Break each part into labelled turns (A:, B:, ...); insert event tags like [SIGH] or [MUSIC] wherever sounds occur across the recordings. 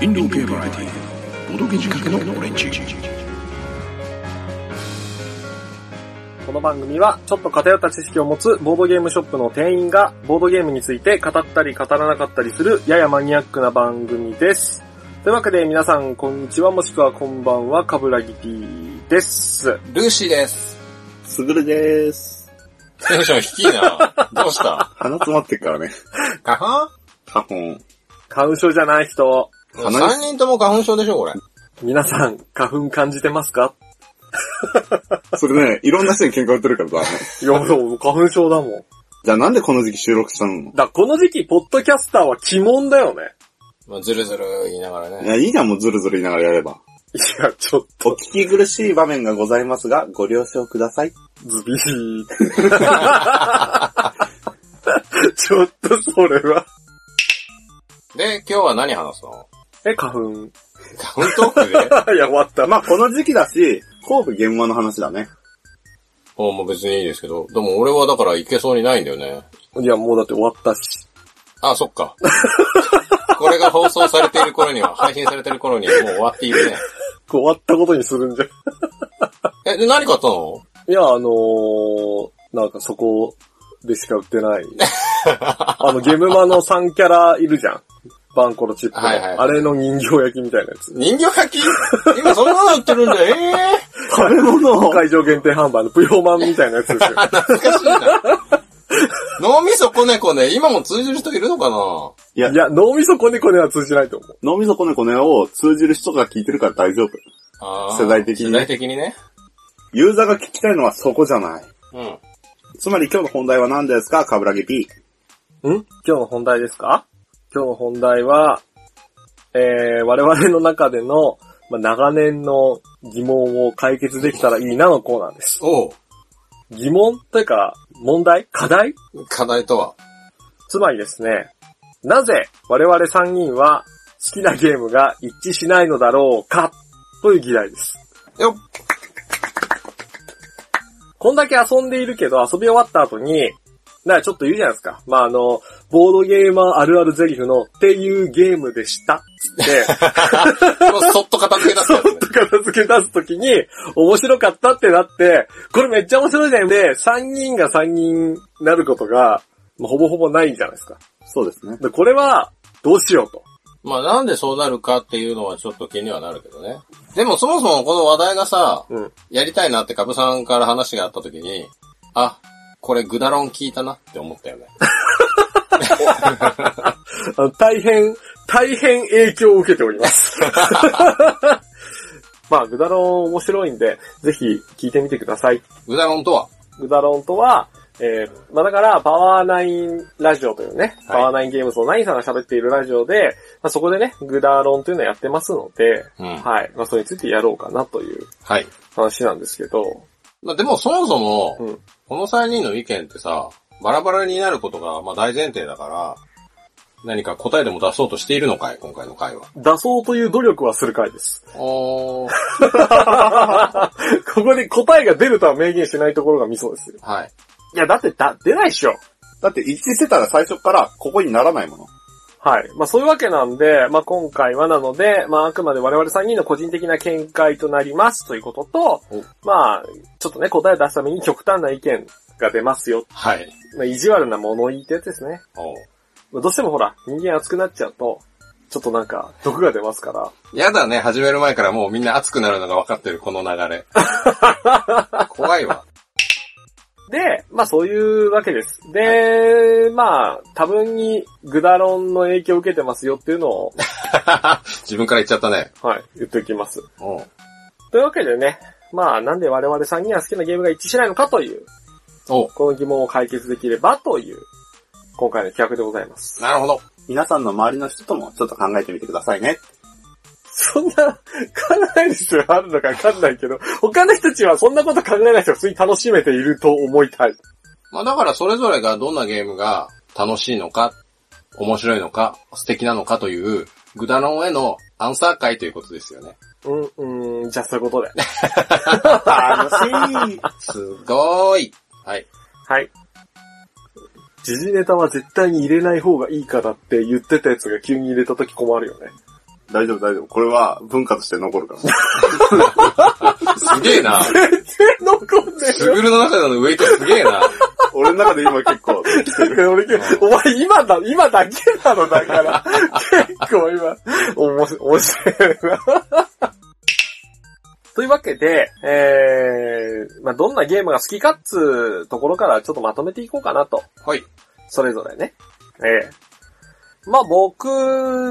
A: インド系バラエティーおどけ仕掛けのオレンジ
B: この番組は、ちょっと偏った知識を持つボードゲームショップの店員が、ボードゲームについて語ったり語らなかったりする、ややマニアックな番組です。というわけで、皆さん、こんにちは、もしくはこんばんは、かぶらぎ P です。
C: ルーシーです。
D: すぐるです。
C: テンション低いな。どうした
D: 鼻詰まってるからね。
C: 花粉
D: 花粉。
B: 花粉症じゃない人、
D: 鼻が
C: ?3 人とも花粉症でしょ、これ。
B: 皆さん、花粉感じてますか
D: それね、いろんな人に喧嘩売ってるからだね。
B: いや、そう、花粉症だもん。
D: じゃあなんでこの時期収録したの
B: だ、この時期、ポッドキャスターは鬼門だよね。
C: まあ、ずるずる言いながら
D: い
C: ね。
D: や、いいな、もうずるずる言いながらやれば。
B: いや、ちょっ
D: お
B: と、
D: 聞き苦しい場面がございますが、ご了承ください。
B: ズビー。 [LAUGHS] ちょっと、それは。
C: で、今日は何話すの
B: え、花粉。
C: 花粉トークで
B: [LAUGHS] いや、終わった。
D: まあ、この時期だし、神戸現場の話だね。
C: おもう別にいいですけど。でも俺はだからいけそうにないんだよね。
B: いや、もうだって終わったし。
C: あ、そっか。これが放送されている頃には、配信されている頃にはもう終わっているね。
B: 終わったことにするんじゃ。 [LAUGHS]
C: え、で、何買ったの
B: いや、あのー、なんかそこでしか売ってない。あの、ゲムマの3キャラいるじゃん。バンコのチップの。
C: はいはいはい
B: あれの人形焼きみたいなやつ。
C: 人形焼き今そんなの売ってるんだよ。え
D: 食べ物を。
B: 会場限定販売のプヨマンみたいなやつですよ。
C: え懐かしいな。脳みそこねこね、今も通じる人いるのか [LAUGHS] ない
D: や
B: い、や、脳みそコネコネは通じないと思う。
D: 脳みそこねこねを通じる人が聞いてるから大丈夫。
C: あー
D: 世代的にね
C: 世代的にね。
D: ユーザーが聞きたいのはそこじゃない。
C: うん。
D: つまり今日の本題は何ですかかぶらぎ P。
B: ん今日の本題ですか今日の本題は、えー、我々の中での、まあ、長年の疑問を解決できたらいいなのコーナーです。
C: おう
B: 疑問というか、問題課題
C: 課題とは。
B: つまりですね、なぜ我々3人は好きなゲームが一致しないのだろうかという議題です。
C: よっ
B: こんだけ遊んでいるけど遊び終わった後に、なんかちょっと言うじゃないですか。まあ、あの、ボードゲーマーあるあるゼリフのっていうゲームでした。つって、
C: もうそっと片付け出す
B: そ
C: や
B: っ
C: つね。
B: と片付け出すときに、面白かったってなって、これめっちゃ面白いね。で、3人が3人なることが、まあほぼほぼないじゃないですか。
D: そうですね。
B: で、これは、どうしようと。
C: [LAUGHS] まあなんでそうなるかっていうのはちょっと気にはなるけどね。でもそもそもこの話題がさ、
B: うん
C: やりたいなってカブさんから話があった時に、あ、これグダロン聞いたなって思ったよ [LAUGHS] ね。
B: あの大変、大変影響を受けております。 [LAUGHS] まあ、グダロン面白いんで、ぜひ聞いてみてください。
C: グダロンとは
B: グダロンとは、えー、まあだから、パワーナインラジオというね、
C: はい
B: パワーナインゲームズのナインさんが喋っているラジオで、まあ、そこでね、グダロンというのをやってますので、
C: うん
B: はい。まあ、それについてやろうかなという
C: はい。
B: 話なんですけど、
C: まあでもそもそも、
B: うん
C: この3人の意見ってさ、バラバラになることがまあ大前提だから、何か答えでも出そうとしているのかい今回の回は。
B: 出そうという努力はする回です。
C: おー。
B: [LAUGHS] ここで答えが出るとは明言しないところがミソですよ。
C: はい。
B: いや、だってだ、出ないっしょ。
D: だって一致してたら最初からここにならないもの。
B: はい。まあそういうわけなんで、まあ今回はなので、まああくまで我々3人の個人的な見解となりますということと
C: お、
B: まあ、ちょっとね、答え出すために極端な意見が出ますよ。
C: はい。
B: まあ意地悪な物言いってやつですね。
C: おー。
B: まあどうしてもほら、人間熱くなっちゃうと、ちょっとなんか、毒が出ますから。
C: やだね、始める前からもうみんな熱くなるのが分かってる、この流 [LAUGHS] れ。怖いわ。
B: で、まあそういうわけです。で、まあ、多分にグダロンの影響を受けてますよっていうのを、
C: [LAUGHS] 自分から言っちゃったね。
B: はい、言っておきます。
C: おう
B: というわけでね、まあなんで我々3人は好きなゲームが一致しないのかという
C: おう
B: この疑問を解決できればという、今回の企画でございます。
C: なるほど。
D: 皆さんの周りの人ともちょっと考えてみてくださいね。
B: そんな、考える必要あるのかわかんないけど、他の人たちはそんなこと考えない人が普通に楽しめていると思いたい。
C: まあだからそれぞれがどんなゲームが楽しいのか、面白いのか、素敵なのかという、グダロンへのアンサー会ということですよね。
B: うん、うん、じゃあそういうことで。
D: 楽しい。
C: すごーい。はい。
B: はい。時事ネタは絶対に入れない方がいいからって言ってたやつが急に入れた時困るよね。
D: 大丈夫大丈夫。これは文化として残
B: [LAUGHS]
D: るから。
C: すげえ [LAUGHS] な。
B: 残んね
C: スグルの中でのウェイトすげえな。
D: 俺の中で今結
B: [LAUGHS]
D: 構、来てる
B: 俺、お前今だ、今だけなのだから。結構今、おもし、面白いな。というわけで、えー、まあ、どんなゲームが好きかっつうところからちょっとまとめていこうかなと。
C: はい。
B: それぞれね。ええまあ僕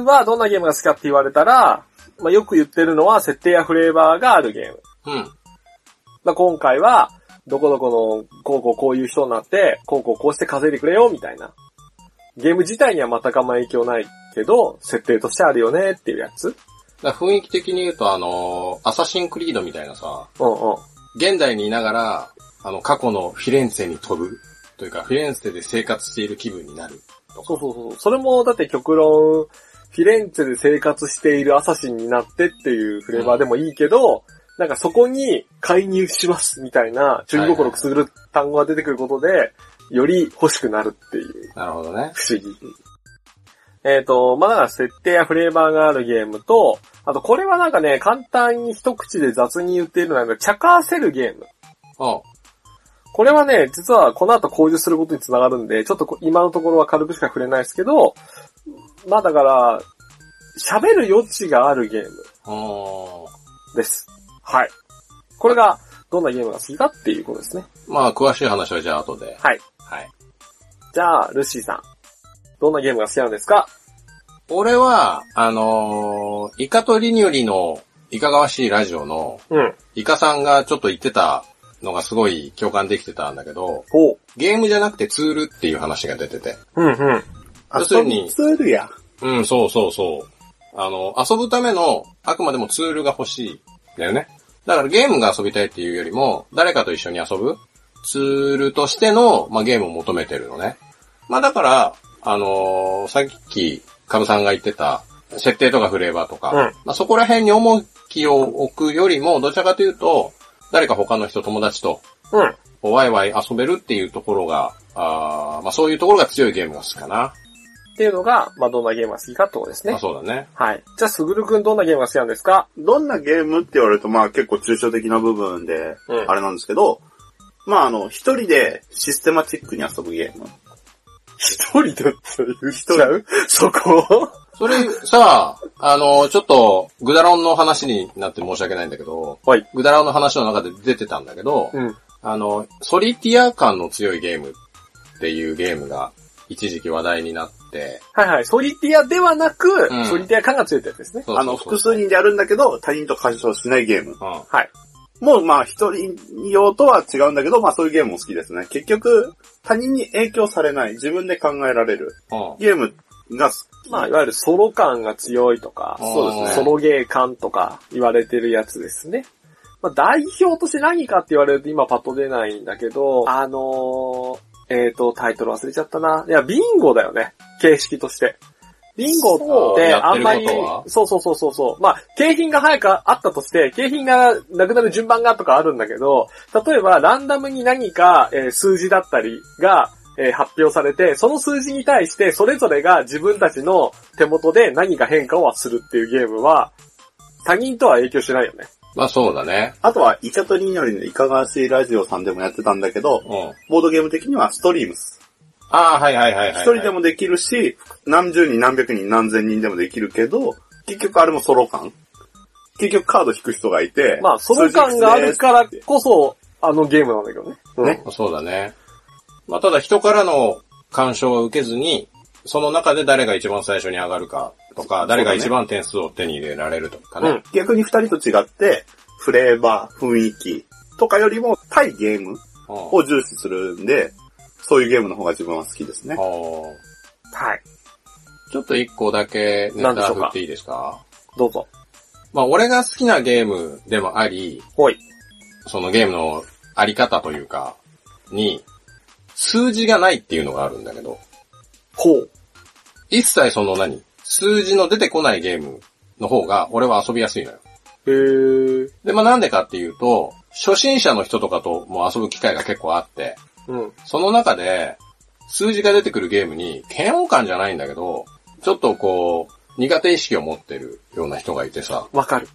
B: はどんなゲームが好きかって言われたら、まあよく言ってるのは設定やフレーバーがあるゲーム。
C: うん。
B: まあ今回は、どこどこの、こうこうこういう人になって、こうこうこうして稼いでくれよ、みたいな。ゲーム自体には全くあんま影響ないけど、設定としてあるよねっていうやつ。
C: だから雰囲気的に言うと、あのーアサシンクリードみたいなさ、
B: うんうん。
C: 現代にいながら、あの、過去のフィレンツェに飛ぶ。というか、フィレンツェで生活している気分になる。
B: そうそうそう。それもだって極論、フィレンツェで生活しているアサシンになってっていうフレーバーでもいいけど、なんかそこに介入しますみたいな、中心くすぐる単語が出てくることで、より欲しくなるっていう、
C: なるほどね。
B: 不思議。えっ、と、まあ、だから設定やフレーバーがあるゲームと、あとこれはなんかね、簡単に一口で雑に言っているのは、茶化せるゲーム。
C: うん。
B: これはね、実はこの後向上することにつながるんで、ちょっとこ今のところは軽くしか触れないですけど、まあだから、喋る余地があるゲーム
C: あ
B: です。はい。これが、どんなゲームが好きかっていうことですね。
C: ーまあ、詳しい話はじゃあ後で。
B: はい。
C: はい。
B: じゃあ、ルッシーさん。どんなゲームが好きなんですか
C: 俺は、あのーイカとリニュリのいかがわしいラジオの
B: うん。
C: イカさんがちょっと言ってたのがすごい共感できてたんだけど、
B: ほう。
C: ゲームじゃなくてツールっていう話が出てて。
B: うんうん。
C: 要するに
D: 遊びるや。
C: うん、そうそうそう。あの、遊ぶための、あくまでもツールが欲しいんだよね。だからゲームが遊びたいっていうよりも、誰かと一緒に遊ぶツールとしての、まあ、ゲームを求めてるのね。まあ、だから、あのーさっき、カブさんが言ってた、設定とかフレーバーとか、
B: うん
C: まあ、そこら辺に重きを置くよりも、どちらかというと、誰か他の人、友達と、
B: うん。
C: ワイワイ遊べるっていうところが、あーまあ、そういうところが強いゲームが好きかな。
B: っていうのが、まあどんなゲームが好きかってことです
C: ま
B: ね
C: あ、。そうだね。
B: はい。じゃあ、すぐるくんどんなゲームが好きなんですか
D: どんなゲームって言われると、まあ結構抽象的な部分で、
B: うん
D: あれなんですけど、まああの、一人でシステマチックに遊ぶゲーム。
B: 一人だって言っちゃうそこ
C: それさ、あの、ちょっと、グダロンの話になって申し訳ないんだけど、
B: はい
C: グダロンの話の中で出てたんだけど、
B: うん。
C: あの、ソリティア感の強いゲームっていうゲームが一時期話題になって、
B: はいはい。ソリティアではなく、
C: うん
B: ソリティア感が強いってやつですね。
C: そうそうそう
D: あの、複数人でやるんだけど、他人と干渉しないゲーム。
C: うん。
B: はい。
D: もうまあ一人用とは違うんだけど、まあそういうゲームも好きですね。結局、他人に影響されない、自分で考えられる
C: うん。
D: ゲームが好き。
B: まあ、いわゆるソロ感が強いとか、
D: そうですね
B: ソロゲー感とか言われてるやつですね。まあ、代表として何かって言われると今パッと出ないんだけど、あのー、えっ、と、タイトル忘れちゃったな。いや、ビンゴだよね。形式として。ビンゴっ
C: そう
B: て、
C: やっ
B: あ
C: て
B: ん
C: る
B: まり
C: ことは、
B: そうそうそうそうそう。まあ、景品が早くあったとして、景品がなくなる順番がとかあるんだけど、例えばランダムに何か、えー数字だったりが、えー発表されて、その数字に対してそれぞれが自分たちの手元で何か変化をするっていうゲームは、他人とは影響しないよね。
C: まあそうだね。
D: あとは、イカとニノリのいかがわしいラジオさんでもやってたんだけど、
C: うん。
D: ボードゲーム的にはストリームス。
C: ああ、はいはいはいはい、はい。
D: 一人でもできるし、何十人何百人何千人でもできるけど、結局あれもソロ感。結局カード引く人がいて、
B: まあ、ソロ感があるからこそ、あのゲームなんだけどね。うん
D: ね
C: そうだね。まあただ人からの干渉を受けずに、その中で誰が一番最初に上がるかとか、誰が一番点数を手に入れられるとかね。
B: うん
D: 逆に二人と違って、フレーバー、雰囲気とかよりも対ゲーム
C: うん
D: を重視するんで、そういうゲームの方が自分は好きですね。
C: あ
B: はい。
C: ーちょっと一個だけネタ振っていいですか
B: どうぞ。
C: まあ俺が好きなゲームでもあり、
B: ほい。
C: そのゲームのあり方というか、に、数字がないっていうのがあるんだけど、
B: ほう。
C: 一切その何数字の出てこないゲームの方が俺は遊びやすいのよ。
B: へー。
C: で、まあなんでかっていうと、初心者の人とかとも遊ぶ機会が結構あって、
B: うん。
C: その中で、数字が出てくるゲームに、嫌悪感じゃないんだけど、ちょっとこう、苦手意識を持ってるような人がいてさ、
B: わかる。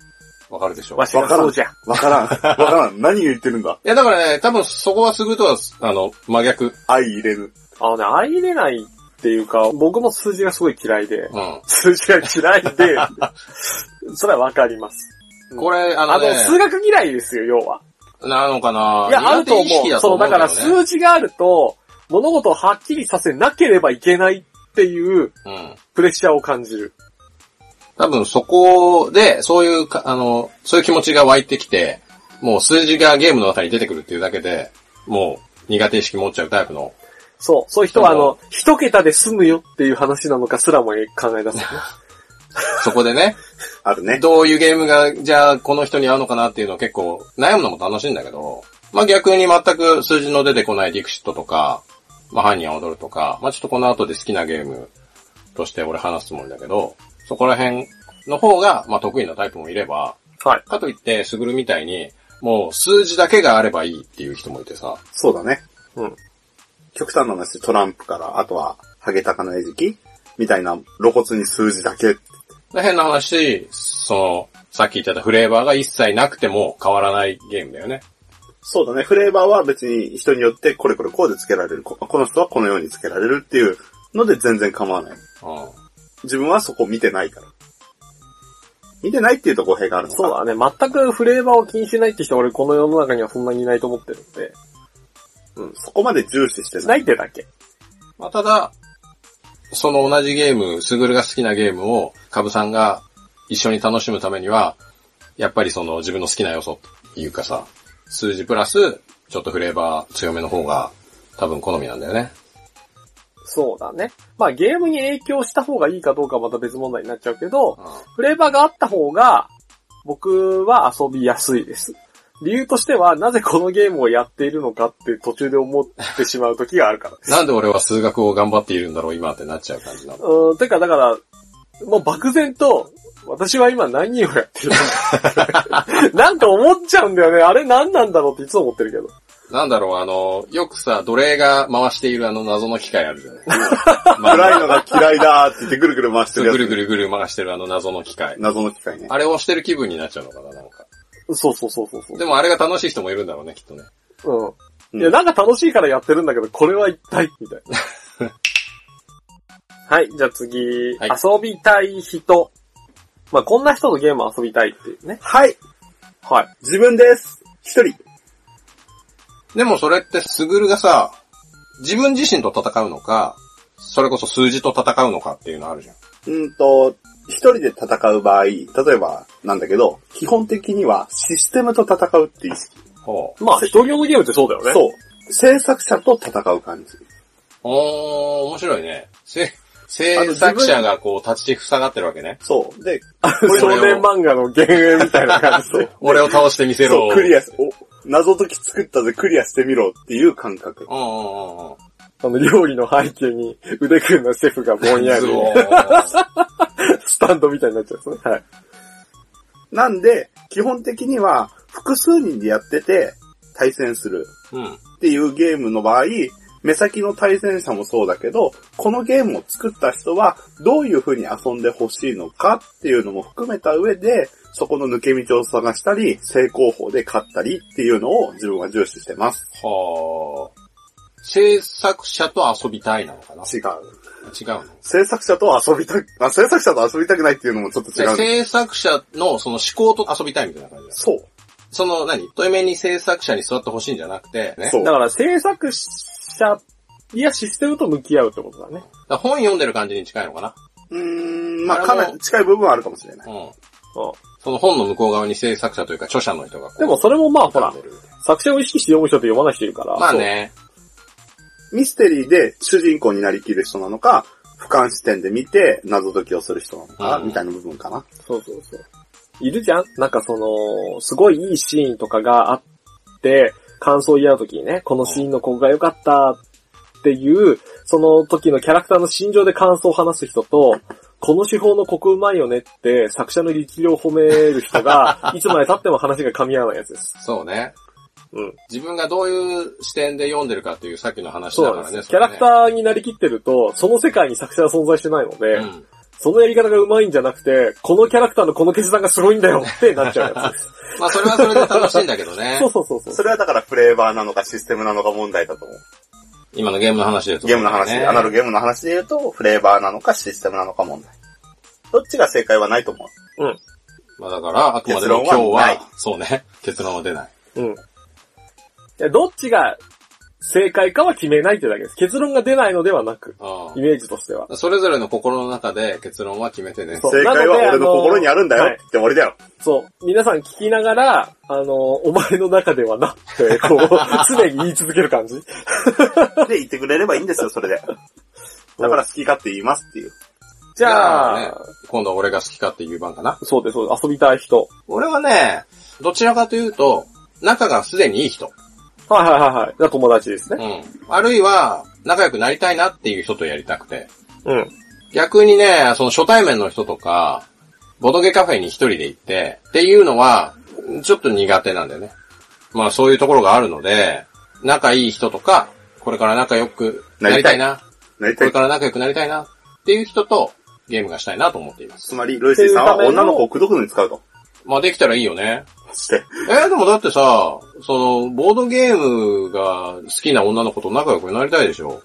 C: わかるでしょ
B: わしがそうじゃ。
D: わからん。わからん。何言ってるんだ
C: いや、だからね、多分そこはすぐとは、あの、真逆。
D: 愛入れる。
B: あのね、相入れないっていうか、僕も数字がすごい嫌いで、
C: うん。
B: 数字が嫌い [LAUGHS] で、それはわかります。
C: これ、あ
B: あ
C: のね
B: の、、数学嫌いですよ、要は。
C: なのかない
B: や、あると思
C: 苦手意識
B: う。
C: だと
B: そ
C: 思
B: う、だ
C: け
B: か
C: どね
B: ら数字があると、物事をはっきりさせなければいけないっていう
C: うん。
B: プレッシャーを感じる。
C: 多分そこで、そういうか、あの、そういう気持ちが湧いてきて、もう数字がゲームの中に出てくるっていうだけで、もう苦手意識持っちゃうタイプの。
B: そう、そういう人はあ
C: でも
B: の、一桁で済むよっていう話なのかすらも考え出す。
C: そこでね、
D: あるね。
C: どういうゲームが、じゃあこの人に合うのかなっていうのを結構悩むのも楽しいんだけど、まあ逆に全く数字の出てこないディクシットとか、まあ犯人は踊るとか、まあちょっとこの後で好きなゲームとして俺話すつもりだけど、そこら辺の方が、まあ得意なタイプもいれば、
B: はい。
C: かといって、スグルみたいに、もう数字だけがあればいいっていう人もいてさ。
D: そうだね。
B: うん。
D: 極端な話、トランプから、あとは、ハゲタカの餌食みたいな露骨に数字だけ。
C: で変な話、その、さっき言ってたフレーバーが一切なくても変わらないゲームだよね。
D: そうだね。フレーバーは別に人によってこれこれこうでつけられる。ここの人はこのようにつけられるっていうので全然構わない。
C: うん。
D: 自分はそこ見てないから。見てないっていうと語弊があるのか。
B: そうだね、全くフレーバーを気にしないって人は俺この世の中にはそんなにいないと思ってるんで、
D: そこまで重視してな。
B: ないいってだけ。
C: まあ、ただ、その同じゲーム、スグルが好きなゲームを、カブさんが一緒に楽しむためには、やっぱりその自分の好きな要素っていうかさ、数字プラス、ちょっとフレーバー強めの方が、多分好みなんだよね。
B: そうだね。まあゲームに影響した方がいいかどうかはまた別問題になっちゃうけど、
C: うん。
B: フレーバーがあった方が、僕は遊びやすいです。理由としては、なぜこのゲームをやっているのかって途中で思ってしまう時があるからです。
C: なんで俺は数学を頑張っているんだろう、今ってなっちゃう感じなの。
B: うん、てかだから、もう漠然と、私は今何をやってるんだなんか思っちゃうんだよね。あれ何なんだろうっていつも思ってるけど。
C: なんだろう、あの、よくさ、奴隷が回しているあの謎の機械あるじゃない [LAUGHS]
D: 暗いのが嫌いだーって言ってぐるぐる回して
C: ぐ
D: るやつ。
C: るぐるぐる回してるあの謎の機械。
D: 謎の機械ね。
C: あれをしてる気分になっちゃうのかな、なんか。
B: そうそうそうそうそう。
C: でもあれが楽しい人もいるんだろうね、きっとね。
B: うん。
D: うん
B: いや、なんか楽しいからやってるんだけど、これは一体みたいな。はい、じゃあ次、
C: はい
B: 遊びたい人。まあこんな人とゲームを遊びたいっていうね。
D: はい
B: はい。
D: 自分です一人
C: でもそれってスグルがさ、自分自身と戦うのか、それこそ数字と戦うのかっていうのあるじゃん。
D: うんと、一人で戦う場合、例えばなんだけど、基本的にはシステムと戦うっていう意識。
C: ほう。
B: まあ、一人用のゲームってそうだよね。う。
D: そう。制作者と戦う感じ。
C: おー、面白いね。せ、制作者がこう立ち塞がってるわけね。
D: そう。で、
B: [LAUGHS] 少年漫画の幻影みたいな感じ。
D: そう。
C: 俺を倒してみせろ。
D: そう、クリアし、お、謎解き作ったぜ、クリアしてみろっていう感覚。
C: うんうんうんうん。
B: あの、料理の背景に腕組んだシェフがぼん
C: [LAUGHS]
B: やり
C: ズ、ボーン
B: スタンドみたいになっちゃうんですね。はい。
D: なんで、基本的には複数人でやってて対戦する
C: うん。
D: っていうゲームの場合、目先の対戦者もそうだけど、このゲームを作った人はどういう風に遊んでほしいのかっていうのも含めた上で、そこの抜け道を探したり、正攻法で勝ったりっていうのを自分は重視してます。
C: はあ。制作者と遊びたいなのかな違
D: 違う。
C: うの
D: 制作者と遊びたく、あ、制作者と遊びたくないっていうのもちょっと違う。
C: 制作者のその思考と遊びたいみたいな感じだ
D: そう。
C: その何対面に制作者に座ってほしいんじゃなくて、ね。
D: そう
B: だから、制作者やシステムと向き合うってことだね。
C: だから本読んでる感じに近いのかな
D: うーん、まあ
C: あの
D: かなり近い部分はあるかもしれない。
C: う
B: う
C: ん。
B: ん。
C: その本の向こう側に制作者というか著者の人がこう
B: でも、それもまあ、ほら
C: 並ん、でる
B: 作者を意識して読む人と読まない人いるから。
C: まあね。
D: ミステリーで主人公になりきる人なのか、俯瞰視点で見て謎解きをする人なのか、
C: うん
D: みたいな部分かな。
B: そう。そうそうそう。いるじゃんなんかその、すごいいいシーンとかがあって、感想を言い合うときにね、このシーンのここが良かったっていう、その時のキャラクターの心情で感想を話す人と、この手法のここうまいよねって
C: [LAUGHS]
B: 作者の力量を褒める人が、いつまで経っても話が噛み合わないやつです。
C: そうね。
D: うん。
C: 自分がどういう視点で読んでるかっていうさっきの話
B: そ
C: だ
B: う
C: か
B: な
C: ら
B: んで
C: ね。
B: す。キャラクタ
C: ー
B: ーになりきってると、その世界に作者は存在してないので、
C: うん。
B: そのやり方が上手いんじゃなくて、このキャラクターのこの決断がすごいんだよってなっちゃうやつ
C: [LAUGHS]
B: です。
C: まあそれはそれで楽しいんだけどね
B: [LAUGHS] そ。うそうそうそう。
D: それはだからフレーバーなのかシステムなのか問題だと思う。
C: 今のゲームの話で言うと、
D: ゲームの話、アナログゲームの話で言うと、フレーバーなのかシステムなのか問題。どっちが正解はないと思う。
C: まあだから、あくまでも今日
D: 結論はない
C: は、そうね、結論は出ない。
B: うん。でどっちが正解かは決めないってだけです。結論が出ないのではなく、イメージとしては。
C: うんそれぞれの心の中で結論は決めてね。
B: そう
D: 正解は俺の心にあるんだよ
B: なのであの
D: って言って終わりだよ。
B: そう。皆さん聞きながら、あの、お前の中ではなって、こう、 [LAUGHS] 常に言い続ける感じ。
D: で、言ってくれればいいんですよ、それで。だから好き勝手言いますっていう。
B: じゃあ、
C: じゃあね今度は俺が好きかっていう番かな。
B: そうです、そうです。遊びたい人。
C: 俺はね、どちらかというと、仲がすでにいい人。
B: はいはいはいはい。が友達です
C: う
B: ね。
C: ん。あるいは、仲良くなりたいなっていう人とやりたくて。
B: うん。 [LAUGHS]
C: 逆にね、その初対面の人とか、ボドゲカフェに一人で行って、っていうのは、ちょっと苦手なんだよね。まあそういうところがあるので、仲いい人とか、これから仲良くなりたいな、
D: なり
C: こ
D: た
C: れ
D: い。
C: から仲良くなりたいなっていう人とゲームがしたいなと思っています。
D: つまり、ロイシーさんは女の子を口説くのに使うと。
C: まあできたらいいよね。
D: して。
C: えー、でもだってさ、その、ボードゲームが好きな女の子と仲良くなりたいでしょ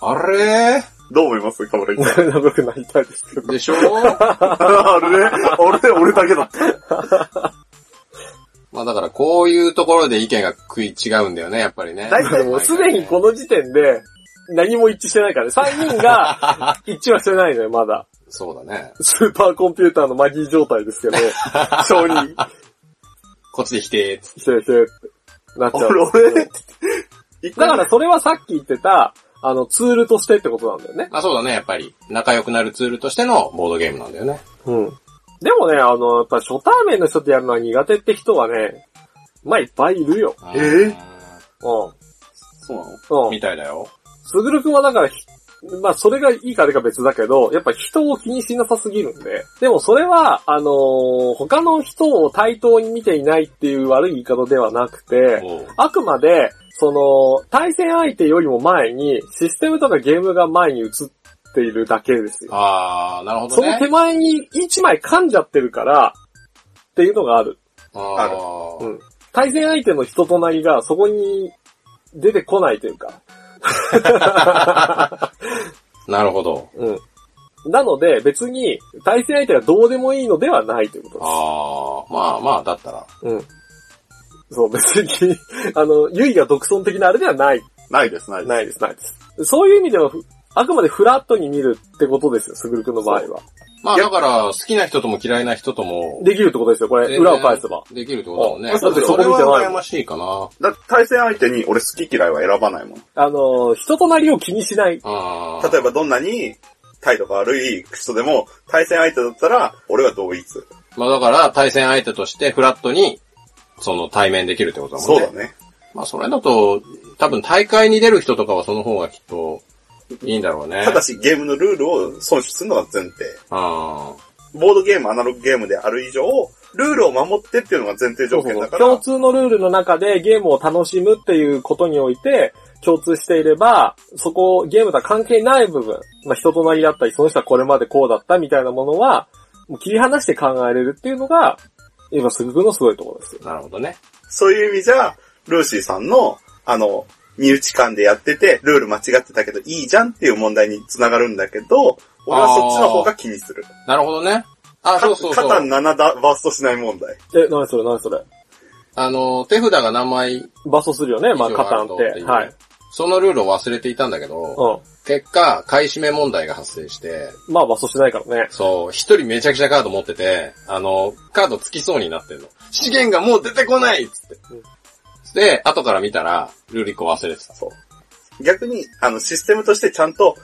C: あれ
D: どう思いますか、俺。あ
B: 仲良くなりたいですけど。 [LAUGHS]
C: でしょ
D: れ [LAUGHS] あれ俺だけだった。
C: まあだからこういうところで意見が食い違うんだよね、やっぱりね。
D: 大
B: で
D: 体
B: も、すでにこの時点で、何も一致してないからね。3人が [LAUGHS] 一致はしてないのよ、まだ。
C: そうだね。
B: スーパーコンピューターのマギー状態です [LAUGHS] けど、承認
C: こっちで否定。
B: してるしてるってなっちゃう。
D: 俺、俺、
B: だからそれはさっき言ってた、あの、ツールとしてってことなんだよね。
C: まあそうだね、やっぱり。仲良くなるツールとしてのボードゲームなんだよね。
B: うん。でもね、あの、やっぱ初対面の人とやるのは苦手って人はね、まあいっぱいいるよ。
D: え
C: うん
B: う
D: そうなの
B: ん。うん
C: み。たいだよ。
B: すぐるくんはだからひ、まあそれがいいか悪いか別だけど、やっぱ人を気にしなさすぎるんで。でもそれは、あのー他の人を対等に見ていないっていう悪い言い方ではなくて、
C: おう
B: あくまで、その、対戦相手よりも前に、システムとかゲームが前に移っているだけですよ。
C: あー、なるほど
B: その
C: ね。
B: 手前に一枚噛んじゃってるから、っていうのがある。
C: あー
B: うん対戦相手の人となりがそこに出てこないという
C: [LAUGHS]
B: か。
C: なるほど。
B: うん。なので、別に、対戦相手がどうでもいいのではないということです。
C: あー、まあまあ、だったら。
B: うん。そう、別に、あの、ゆいが独尊的なあれではない、
D: ないです、ないです。
B: ないです、ないです。そういう意味では、ふあくまでフラットに見るってことですよ、すぐるくんの場合は。
C: まあ
D: いや
C: だから、好きな人とも嫌いな人とも、
B: できるってことですよ、これ、
C: 全然
B: 裏を返せば。
C: できるってことだもんね。
B: あだってそ
C: そ
B: こ見
C: れ
B: てない
C: は羨ましいかな。
D: だって対戦相手に俺好き嫌いは選ばないもん。
B: あの、人となりを気にしない。
C: あー
D: 例えばどんなに態度が悪い人でも、対戦相手だったら、俺は同一。
C: まあだから、対戦相手としてフラットに、その対面できるってことだもんね。
D: そうだね。
C: まあそれだと、多分大会に出る人とかはその方がきっと、いいんだろうね。
D: ただし、ゲームのルールを損守するのが前提。
C: あ
D: ボードゲーム、アナログゲームである以上、ルールを守ってっていうのが前提条件だから、
B: 共通のルールの中でゲームを楽しむっていうことにおいて、共通していれば、そこ、ゲームとは関係ない部分、まあ、人となりだったり、その人はこれまでこうだったみたいなものは、もう切り離して考えれるっていうのが、今すぐくんのすごいところですよ。
C: あ、なるほどね。
D: そういう意味じゃ、ルーシーさんの、あの、身内間でやってて、ルール間違ってたけどいいじゃんっていう問題に繋がるんだけど、俺はそっちの方が気にする。
C: なるほどね。あ、
D: か
C: そうそうそ
D: カタン
C: う。
D: 7だ、バーストしない問題。
B: え、何それ何それ。
C: あの、手札が何枚
B: バスするよね、
C: 以上
B: まあ、カタンっ
C: あるとって
B: て。
C: いう
B: はい。
C: そのルールを忘れていたんだけど、
B: う
C: 結果、買い占め問題が発生して、
B: ん。まあ、バスしないからね。
C: そう、一人めちゃくちゃカード持ってて、あの、カードつきそうになってんの。資源がもう出てこないっつって。で、後から見たら、ルール1個忘れてた。
D: 逆に、あの、システムとしてちゃんと、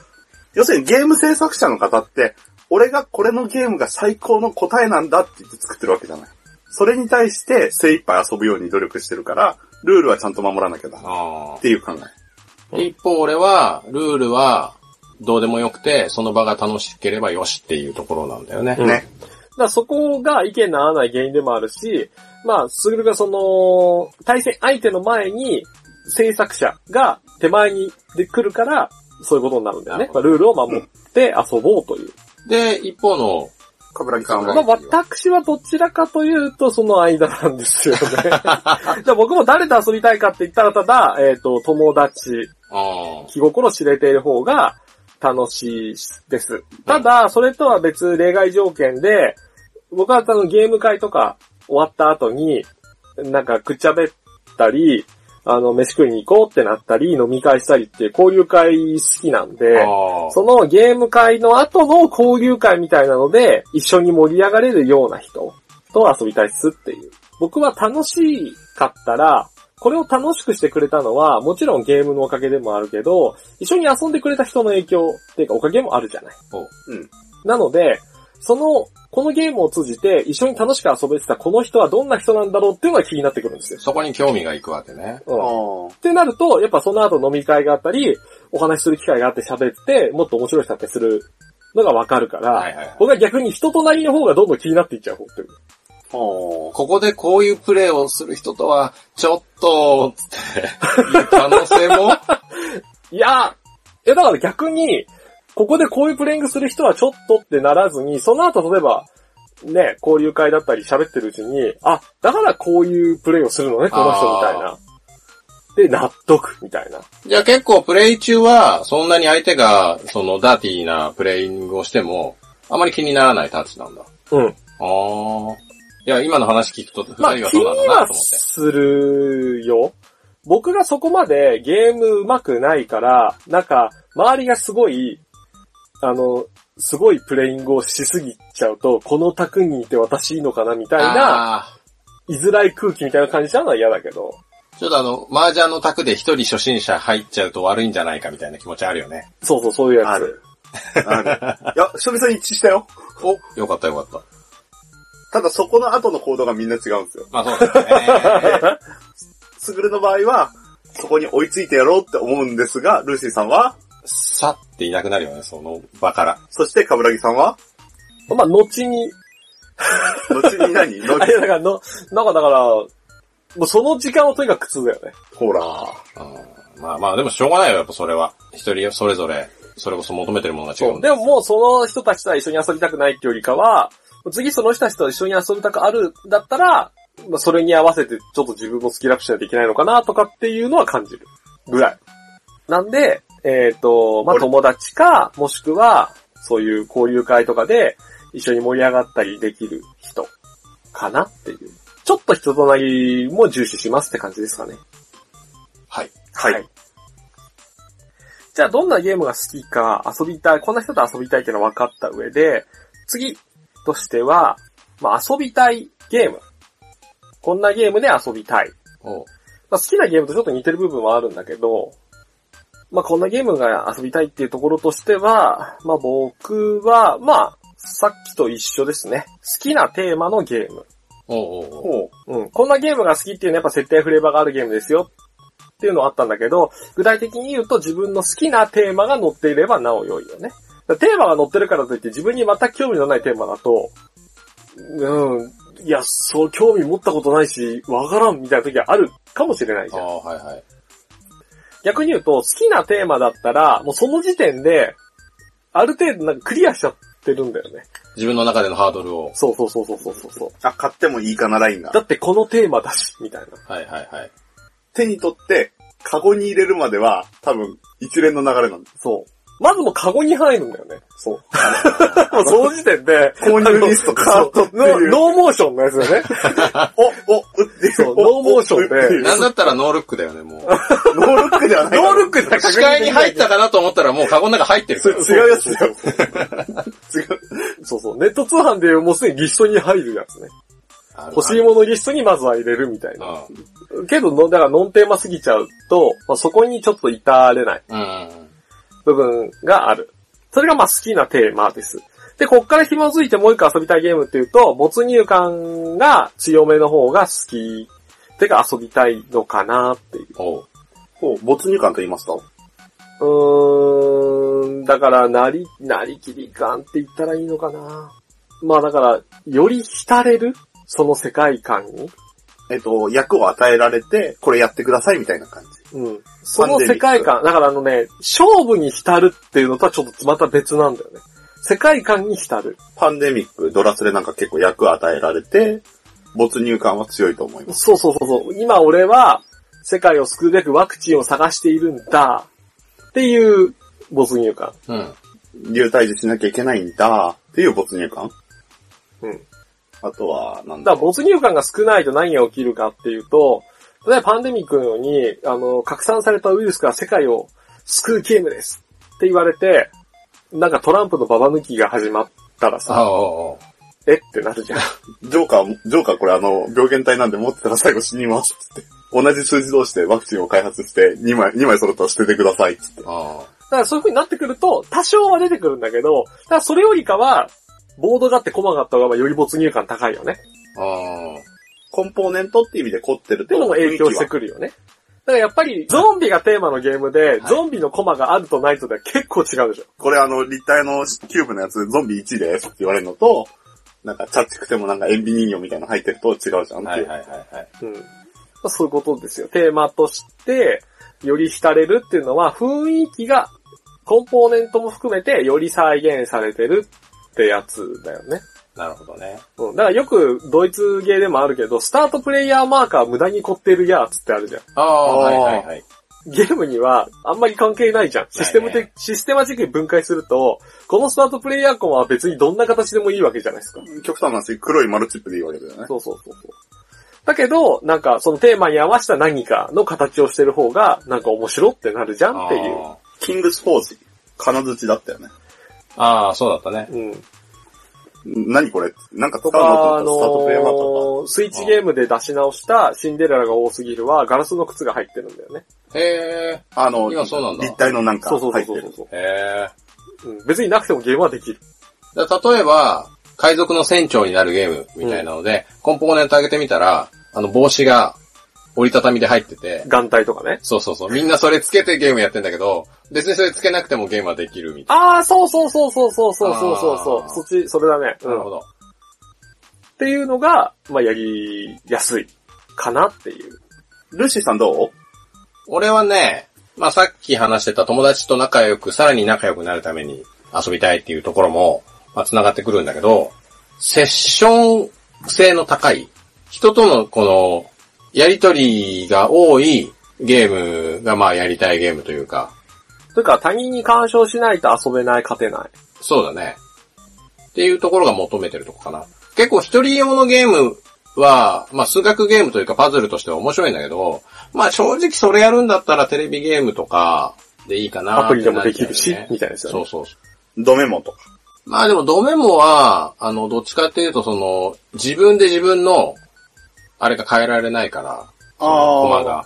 D: 要するにゲーム制作者の方って、俺がこれのゲームが最高の答えなんだって言って作ってるわけじゃない。それに対して精一杯遊ぶように努力してるから、ルールはちゃんと守らなきゃだな
C: あ
D: っていう考え。
C: あ。一方、俺は、ルールは、どうでもよくて、その場が楽しければよしっていうところなんだよね。
D: ね。
B: からそこが意見の合わない原因でもあるし、まあ、スグルがその、対戦相手の前に制作者が手前にで来るから、そういうことになるんだよね。まあ、ルールを守って遊ぼうという。
C: で、一方の、
D: カブラギさん
C: う
D: は
C: ん
B: まあ、私はどちらかというと、その間なんです [LAUGHS] よね。じゃあ僕も誰と遊びたいかって言ったら、ただ、えっ、と、友達、
C: あ
B: 気心知れている方が楽しいです。ただ、それとは別例外条件で、僕はあのゲーム会とか終わった後に、なんかくっちゃべったり、あの、飯食いに行こうってなったり、飲み会したりっていう交流会好きなん
C: ー
B: で、
C: あー、
B: そのゲーム会の後の交流会みたいなので、一緒に盛り上がれるような人と遊びたいっすっていう。僕は楽しかったら、これを楽しくしてくれたのは、もちろんゲームのおかげでもあるけど、一緒に遊んでくれた人の影響っていうかおかげもあるじゃない。
C: そう
D: うん
B: なので、その、このゲームを通じて一緒に楽しく遊べてたこの人はどんな人なんだろうっていうのが気になってくるんですよ。
C: そこに興味がいくわけね。
B: うん
D: あ
B: ってなると、やっぱその後飲み会があったり、お話しする機会があって喋って、もっと面白い人ってするのがわかるから、
C: はいはいはい
B: 僕は逆に人となりの方がどんどん気になっていっちゃう方っていう。
D: あ。は
C: ここでこういうプレイをする人とは、ちょっと、つ
B: [LAUGHS]
C: って、いう可能性も、
B: いやー、いやだから逆に、ここでこういうプレイングする人はちょっとってならずに、その後例えば、ね、交流会だったり喋ってるうちに、あ、だからこういうプレイをするのね、この人みたいな。で、納得、みたいな。
C: じゃあ結構プレイ中は、そんなに相手が、そのダーティーなプレイングをしても、あまり気にならないタッチなんだ。あ
B: うん。
C: あ。いや、今の話聞くと、二人
B: まあ、
C: は
B: 気
C: そう
B: に
C: なんだな
B: は
C: と思って。
B: するよ。僕がそこまでゲーム上手くないから、なんか、周りがすごい、あの、すごいプレイングをしすぎちゃうと、この卓にいて私いいのかなみたいな、
C: ああ
B: 居づらい空気みたいな感じなのは嫌だけど。
C: ー。ちょっとあの、麻雀の卓で一人初心者入っちゃうと悪いんじゃないかみたいな気持ちあるよね。
B: そうそう、そういうや
D: あ
B: つ
D: る。あるいや、久々に一致したよ。
C: お、よかったよかった。
D: ただそこの後の行動がみんな違うんですよ。
C: まあそう [LAUGHS] ですね。
D: スグルの場合は、そこに追いついてやろうって思うんですが、ルーシーさんは、
C: さっていなくなるよね、その場から。
D: そしてカブラギさんは、
B: まあ、後に、
D: 後に何
C: [LAUGHS]
D: 後
B: あれだからの、なんかだから、もうその時間をとにかく苦痛だよね。
D: ほら。
C: うんまあまあ、でもしょうがないよ、やっぱそれは。一人それぞれ、それこそ求めてるものが違
B: そうう。
C: んだ
B: でももうその人たちとは一緒に遊びたくないっていうよりかは、次その人たちと一緒に遊びたくあるんだったら、まあ、それに合わせてちょっと自分もスキルアップしないといけないのかなとかっていうのは感じる。ぐらい。なんで、えっ、と、まあ、
D: 俺
B: 友達か、もしくは、そういう交流会とかで一緒に盛り上がったりできる人かなっていう。ちょっと人となりも重視しますって感じですかね。
C: はい。
D: はい。
B: じゃあ、どんなゲームが好きか、遊びたい、こんな人と遊びたいっていうのは分かった上で、次としては、まあ、遊びたいゲーム。こんなゲームで遊びたい。
C: おう
B: まあ、好きなゲームとちょっと似てる部分はあるんだけど、まあ、こんなゲームが遊びたいっていうところとしては、まあ、僕は、まあ、さっきと一緒ですね。好きなテーマのゲーム。
C: おうおうおう
D: ほ
B: うん。こんなゲームが好きっていうのはやっぱ設定やフレーバーがあるゲームですよっていうのはあったんだけど、具体的に言うと自分の好きなテーマが載っていればなお良いよね。だからテーマが載ってるからといって自分に全く興味のないテーマだと、うん、いや、そう興味持ったことないし、わからんみたいな時はあるかもしれないじ
C: あ
B: ゃん。
C: あ、はいはい。
B: 逆に言うと、好きなテーマだったら、もうその時点で、ある程度なんかクリアしちゃってるんだよね。
C: 自分の中でのハードルを。
B: そうそうそうそうそうそうそう。
D: あ、買ってもいいかなラインが
B: だ。ってこのテーマだし、みたいな。
C: はいはいはい。
D: 手に取って、カゴに入れるまでは、多分、一連の流れなんです。
B: そう。まずもうカゴに入るんだよね。
D: そう。
B: もうその時点で、
D: 購入リスト、カー
B: [LAUGHS]
D: トって
B: ノ
D: いう。
B: ノーモーションのやつだよね。
D: お、お、うっていう。
B: そう
D: お
B: ノーモーションで
D: うっていう
C: なんだったらノールックだよね、 [LAUGHS] もう。
D: ノールックではない。
B: ノールックで確
C: 視界に入ったかなと思ったらもうカゴの中入ってる
D: そ
C: か
D: れ
C: ら。
D: 違うやつだよ。違う。
B: そうそう。ネット通販でもうすでにリストに入るやつね。
C: ある
B: 欲しいものリストにまずは入れるみたいな。
C: ある
B: けどの、だからノンテーマすぎちゃうと、まあ、そこにちょっと至れない
C: うん。うん。
B: 部分がある。それがまあ好きなテーマです。で、こっから紐づいてもう一個遊びたいゲームっていうと、没入感が強めの方が好き。てか遊びたいのかなっていう。
C: おう。
D: ほう、没入感と言いました
B: うーん、だから、なり、なりきり感って言ったらいいのかな。まあだから、より浸れるその世界観に。
D: えっと、役を与えられて、これやってくださいみたいな感じ。
B: うん。その世界観、だからあのね、勝負に浸るっていうのとはちょっとまた別なんだよね。世界観に浸る。
D: パンデミック、ドラスレなんか結構役を与えられて、没入感は強いと思います。
B: そうそうそうそう。今俺は、世界を救うべくワクチンを探しているんだ。っていう没入感。
C: うん。
D: 流退治しなきゃいけないんだ、っていう没入感
B: うん。
D: あとは、なん
B: だ
D: だ
B: から没入感が少ないと何が起きるかっていうと、例えばパンデミックのように、あの、拡散されたウイルスから世界を救うゲームですって言われて、なんかトランプのババ抜きが始まったら
C: ああ
B: さ、
C: ああ、
B: えってなるじゃん。
D: ジョーカーも、ジョーカーこれあの、病原体なんで持ってたら最後死にます、つって。同じ数字同士でワクチンを開発して、2枚、2枚揃ったら捨ててください、つって。
C: ああ。
B: だからそういう風になってくると、多少は出てくるんだけど、だからそれよりかは、ボードがあってコマがあった方がより没入感高いよね。
C: あ
D: コンポーネントっていう意味で凝ってる
B: って
D: と
B: いうのも影響してくるよね。だからやっぱり、ゾンビがテーマのゲームで、
C: はい
B: ゾンビのコマがあるとないとでは結構違うでしょ。
D: これあの、立体のキューブのやつ、ゾンビ1ですって言われるのと、なんか、チャッチくてもなんか、塩ビ人形みたいなの入ってると違うじゃんってい
C: あ。
D: う。
C: はいはいはいはい。
B: うん。まあそういうことですよ。テーマとして、より浸れるっていうのは、雰囲気が、コンポーネントも含めて、より再現されてるってやつだよね。
C: なるほどね。
B: うん。だからよく、ドイツゲーでもあるけど、スタートプレイヤーマーカー無駄に凝ってるやつってあるじゃん。
C: ああ、はいはいはい。
B: ゲームにはあんまり関係ないじゃん。システム
C: ない
B: 的、システマチックに分解すると、このスタートプレイヤーコンは別にどんな形でもいいわけじゃないですか。
D: 極端な話、黒いマルチップでいいわけだよね。
B: そうそうそうそう。だけど、なんかそのテーマに合わせた何かの形をしてる方が、なんか面白ってなるじゃんっていう。
C: あ
D: キングスポーツ、金槌だったよね。
C: あああ、そうだったね。
B: うん。
D: 何これなんか使
B: と
D: う
B: か、
D: のと思
B: あの
D: ったらスタートプレイヤーマーカー
B: ー、スイッチゲームで出し直したシンデレラが多すぎるは、ガラスの靴が入ってるんだよね。
C: へえ。
D: か。あの、
C: 今そうなんだ
D: 立体のなんか
B: そうそうそう
D: 入って
B: そう
D: る。
B: そう
C: へえ。
B: うん。別になくてもゲームはできる。
C: だ例えば、海賊の船長になるゲームみたいなので、コンポーネント上げてみたら、あの帽子が折りたたみで入ってて、
B: 眼帯とかね。
C: そうそうそう、みんなそれつけてゲームやってんだけど、別にそれつけなくてもゲームはできるみたい
B: ああ、そうそうそうそうそうそうそうそうそ
C: あー
B: う。そっち、それだね。う
C: な。なんるほ。ど。
B: っていうのが、まあ、やりやすいかなっていう。
D: ルーシーさんどう
C: 俺はね、まあさっき話してた友達と仲良く、さらに仲良くなるために遊びたいっていうところも、まあ繋がってくるんだけど、セッション性の高い、人とのこの、やりとりが多いゲームがまあやりたいゲームというか、
B: というか、他人に干渉しないと遊べない、勝てない。
C: そうだね。っていうところが求めてるとこかな。結構一人用のゲームは、まあ数学ゲームというかパズルとしては面白いんだけど、まあ正直それやるんだったらテレビゲームとかでいいかな
B: アプリでも
C: って
B: で
C: なっち
B: き
C: ゃうよ
B: るし、みたいですよ
C: そ
B: ね。
C: うそうそう。
D: ドメモとか。
C: まあでもドメモは、あの、どっちかっていうとその、自分で自分の、あれが変えられないから、コマが。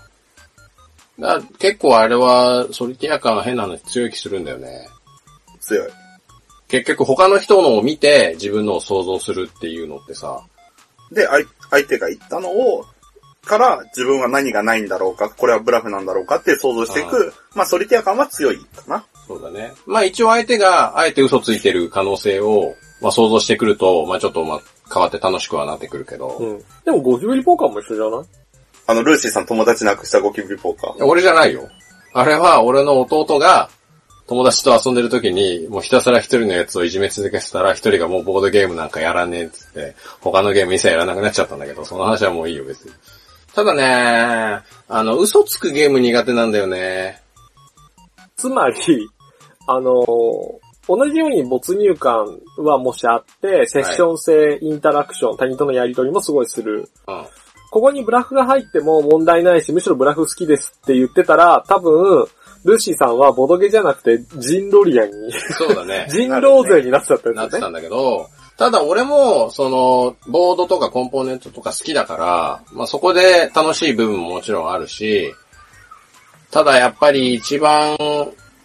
C: だから結構あれは、ソリティア感は変な話強い気するんだよね。
D: 強い。
C: 結局他の人のを見て自分のを想像するっていうのってさ、
D: で、相相手が言ったのを、から自分は何がないんだろうか、これはブラフなんだろうかって想像していく、まあソリティア感は強いかな。
C: そうだね。まあ一応相手があえて嘘ついてる可能性を、まあ想像してくると、まあちょっとまあ変わって楽しくはなってくるけど、
B: うん。でも、ゴキブリポーカーも一緒じゃない
D: あの、ルーシーさん友達なくしたゴキブリポーカー。
C: 俺じゃないよ。あれは俺の弟が友達と遊んでる時に、もうひたすら一人のやつをいじめ続けてたら、一人がもうボードゲームなんかやらねえっつって、他のゲーム一切やらなくなっちゃったんだけど、その話はもういいよ別に。ただね、あの、嘘つくゲーム苦手なんだよね。
B: つまり、あのー同じように没入感はもしあって、セッション性、インタラクション、他人とのやりとりもすごいする。
C: うん。
B: ここにブラフが入っても問題ないし、むしろブラフ好きですって言ってたら、多分、ルーシーさんはボドゲじゃなくて、ジンロリアンに、
C: そうだね。
B: ジンローゼになってたって
C: な
B: や
C: っ
B: つだ
C: てた
B: ね。
C: んだけど、ただ俺も、その、ボードとかコンポーネントとか好きだから、まあそこで楽しい部分ももちろんあるし、ただやっぱり一番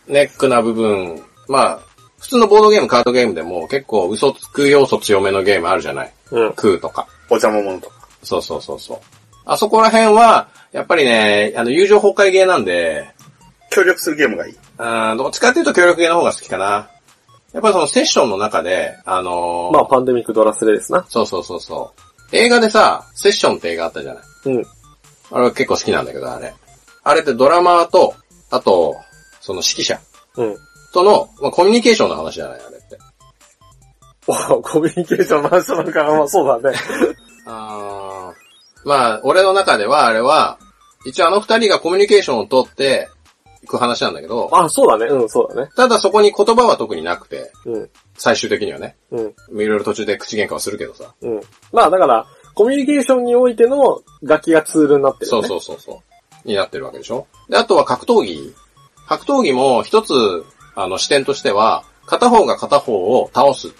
C: ネックな部分、まあ、普通のボードゲーム、カードゲームでも結構嘘つく要素強めのゲームあるじゃない
B: うん。
C: 空とか。
D: お茶もものとか。
C: そうそうそうそう。あそこら辺は、やっぱりね、あの、友情崩壊ゲーなんで、
D: 協力するゲームがいい。
C: うん、どっちかっていうと協力ゲーの方が好きかな。やっぱりそのセッションの中で、あのー
B: まあ、パンデミックドラスレですな。
C: そうそうそうそう。映画でさ、セッションって映画あったじゃない
B: うん。
C: あれは結構好きなんだけど、あれ。あれってドラマーと、あと、その指揮者
B: うん。
C: との、まあ、コミュニケーションの話じゃないあれって。
B: おコミュニケーションの話なのか、ま [LAUGHS] あそうだね。
C: あーまあ、俺の中ではあれは、一応あの二人がコミュニケーションを取っていく話なんだけど、
B: あ、そうだね。うん、そうだね。
C: ただそこに言葉は特になくて、
B: うん。
C: 最終的にはね。
B: うん。
C: いろいろ途中で口喧嘩はするけどさ。
B: うん。まあだから、コミュニケーションにおいての楽器がツールになってる、ね。
C: そうそうそうそう。になってるわけでしょで、あとは格闘技。格闘技も一つ、あの、視点としては、片方が片方を倒すっ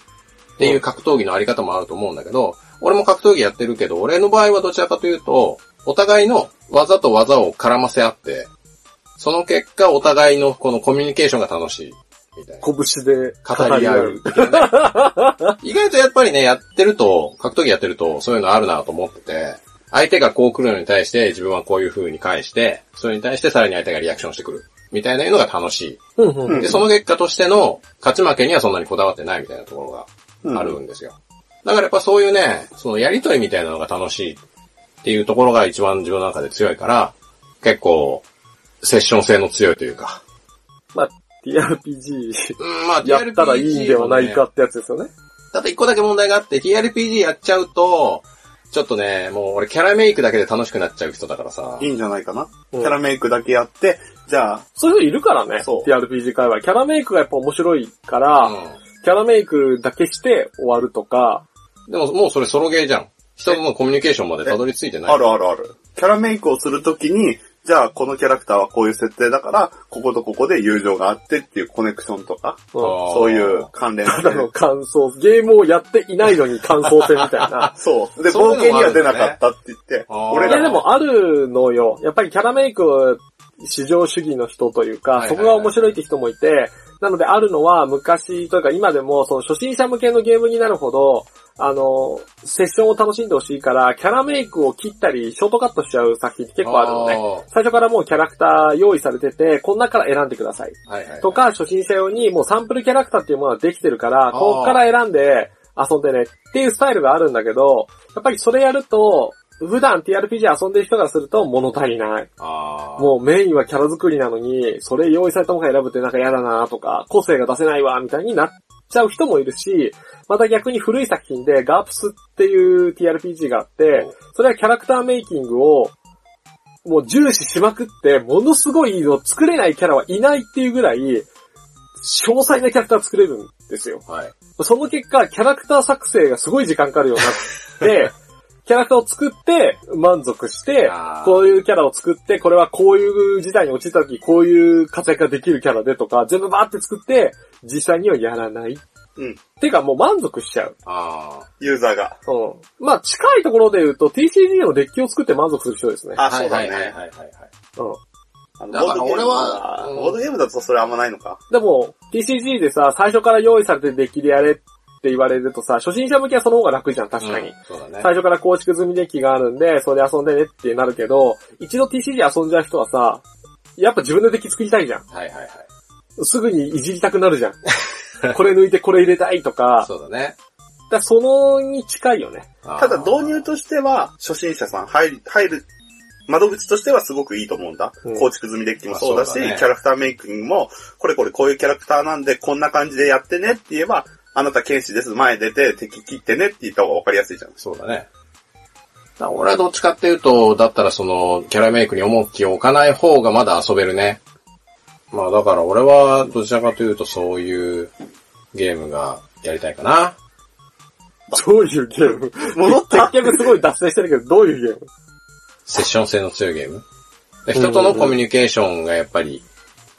C: ていう格闘技のあり方もあると思うんだけど、俺も格闘技やってるけど、俺の場合はどちらかというと、お互いの技と技を絡ませ合って、その結果お互いのこのコミュニケーションが楽しい。みたいな。
B: 拳で
C: 語り合う。 [LAUGHS] 意外とやっぱりね、やってると、格闘技やってると、そういうのあるなと思ってて、相手がこう来るのに対して、自分はこういう風に返して、それに対してさらに相手がリアクションしてくる。みたいなのが楽し
B: うんうん
C: い。で、その結果としての、勝ち負けにはそんなにこだわってないみたいなところ
D: うん
C: があるんですよ。だからやっぱそういうね、そのやりとりみたいなのが楽しいっていうところが一番自分の中で強いから、結構、セッション性の強いというか。
B: まあ、TRPG
C: うん、まあ、
B: やったらいいんではない
C: TRPG
B: かってやつですよね。
C: ただ一個だけ問題があって、TRPG やっちゃうと、ちょっとね、もう俺キャラメイクだけで楽しくなっちゃう人だからさ
D: い。いんじゃないかな、
B: うん
D: キャラメイクだけやって、じゃあ、
B: そういう人いるからね。
D: そう
B: TRPG 界隈。キャラメイクがやっぱ面白いから、
C: う
B: キャラメイクだけして終わるとか、
C: ん。でももうそれソロゲーじゃん。人のもうコミュニケーションまでたどり着いてない。
D: あるあるある。キャラメイクをするときに、じゃあこのキャラクターはこういう設定だから、こことここで友情があってっていうコネクションとか、
B: うん
C: あー
D: そういう関連。
B: ただの感想、ゲームをやっていないのに感想戦みたいな
C: [LAUGHS]
D: [LAUGHS] そう。で、
C: そう
D: 冒
C: いう
D: 険
C: の
D: に
C: もある
D: は
C: んだ
D: 出
C: ね
D: なかったって言って、
C: あー
D: 俺
B: いや
D: ら
B: でもあるのよ。やっぱりキャラメイクは市場主義の人という
C: はいは
B: か、
C: いはい
B: そこが面白いって人もいて、なのであるのは昔というか今でもその初心者向けのゲームになるほど、あの、セッションを楽しんでほしいから、キャラメイクを切ったり、ショートカットしちゃう作品って結構あるのね。
C: ね。
B: 最初からもうキャラクター用意されてて、この中から選んでください。
C: はいはい。
B: とか、初心者用にもうサンプルキャラクターっていうものはできてるから、
C: ー
B: こっから選んで遊んでねっていうスタイルがあるんだけど、やっぱりそれやると、普段 TRPG 遊んでる人からすると物足りない。
C: あー
B: もうメインはキャラ作りなのに、それ用意されたものが選ぶってなんか嫌だなとか、個性が出せないわみたいになっちゃう人もいるし、また逆に古い作品でガープスっていう TRPG があって、それはキャラクターメイキングをもう重視しまくって、ものすごいの作れないキャラはいないっていうぐらい、詳細なキャラクター作れるんですよ。
C: はい。
B: その結果、キャラクター作成がすごい時間かかるように
C: [LAUGHS]
B: なって、キャラクターを作って満足して
C: あー、
B: こういうキャラを作って、これはこういう事態に陥った時、こういう活躍ができるキャラでとか、全部バーって作って、実際にはやらない。
D: うん
B: てかもう満足しちゃう。
C: ああ。
D: ユーザーが。
B: うん。まあ近いところで言うと TCG のデッキを作って満足する人ですね。
D: あ、そうだ
C: はいはいはい
D: ね。
C: はいはい。
B: うん。
D: あの
C: だから
D: ボードゲーム
C: 俺は
D: ボードゲームだとそれあんまないのか。
B: でも TCG でさ、最初から用意されてデッキでやれって言われるとさ、初心者向けはその方が楽じゃん、確かに。
C: うんそうだね。
B: 最初から構築済みデッキがあるんで、それで遊んでねってなるけど、一度 TCG 遊んじゃう人はさ、やっぱ自分のデッキ作りたいじゃん。
C: はいはいはい。
B: すぐにいじりたくなるじゃん。 [LAUGHS] これ抜いてこれ入れたいとか、
C: そうだね。
B: だからそのに近いよね。
C: あー
D: ただ導入としては、初心者さん入り、入る、窓口としてはすごくいいと思うんだ。
B: うん
D: 構築済みデッキもそうだし、
C: そうだね
D: キャラクターメイキングも、これこれこういうキャラクターなんで、こんな感じでやってねって言えば、あなた剣士です、前出て敵切ってねって言った方がわかりやす
E: [LAUGHS]
D: いじゃん。
C: そうだね。だから俺はどっちかっていうと、だったらその、キャラメイクに重きを置かない方がまだ遊べるね。まあだから俺はどちらかというとそういうゲームがやりたいかな。
B: どういうゲーム
D: 戻った
B: 結局すごい脱線してるけど、どういうゲーム
C: セッション性の強いゲーム。で人とのコミュニケーションがやっぱり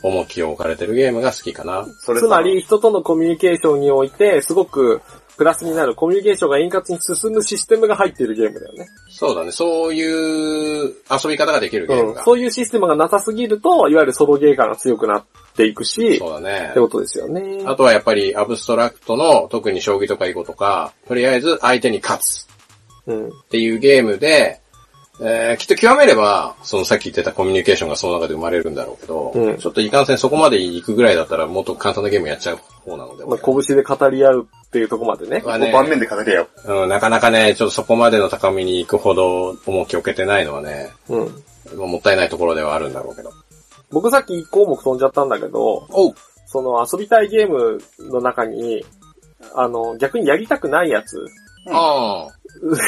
C: 重きを置かれてるゲームが好きかな。
D: [LAUGHS] それ
B: つ
D: さ
B: まり、人とのコミュニケーションにおいて、すごくプラスになる、コミュニケーションが円滑に進むシステムが入っているゲームだよね。
C: そうだね。そういう遊び方ができるゲーム
B: うん
C: が。。
B: そういうシステムがなさすぎると、いわゆるソロゲー感が強くなっていくし、
C: そうだ
B: っ
C: ね
B: て。ことですよね。
C: あとはやっぱりアブストラクトの特に将棋とか囲碁とか、とりあえず相手に勝つ
B: うん。
C: っていうゲームで、えー、きっと極めれば、そのさっき言ってたコミュニケーションがその中で生まれるんだろうけど、
B: うん
C: ちょっといかんせんそこまで行くぐらいだったらもっと簡単なゲームやっちゃう方なので、
B: まあ、拳で語り合うっていうところまでね。
C: まあ
D: もう
C: ね
D: 盤面で語り合う。
C: うん、なかなかね、ちょっとそこまでの高みに行くほど重きを置けてないのはね、
B: うん。
C: まあもったいないところではあるんだろうけど。
B: 僕さっき1項目飛んじゃったんだけど、
C: おう
B: その遊びたいゲームの中に、あの、逆にやりたくないやつ
C: あ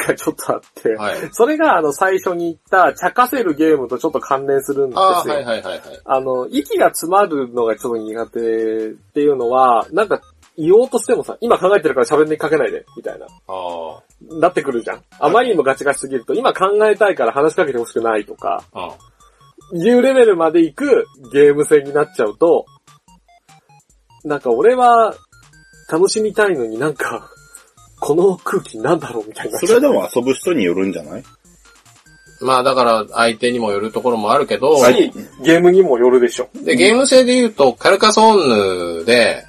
B: が [LAUGHS] ちょっとあって、
C: あ、はい。
B: それがあの最初に言った、茶化せるゲームとちょっと関連するんですよ。
C: ああ、はいはいはいはい。
B: あの、息が詰まるのがちょっと苦手っていうのは、なんか言おうとしてもさ、今考えてるから喋りかけないで、みたいな。
C: あ
B: なってくるじゃん。あまりにもガチガチすぎると、今考えたいから話しかけてほしくないとか、
C: あ、あ
B: いうレベルまで行くゲーム性になっちゃうと、なんか俺は楽しみたいのになんか、この空気なんだろうみたいな。
E: それでも遊ぶ人によるんじゃない
C: あ。まあだから相手にもよるところもあるけど、
B: し、ゲームにもよるでしょ。
C: で、ゲーム性で言うと、カルカソンヌで、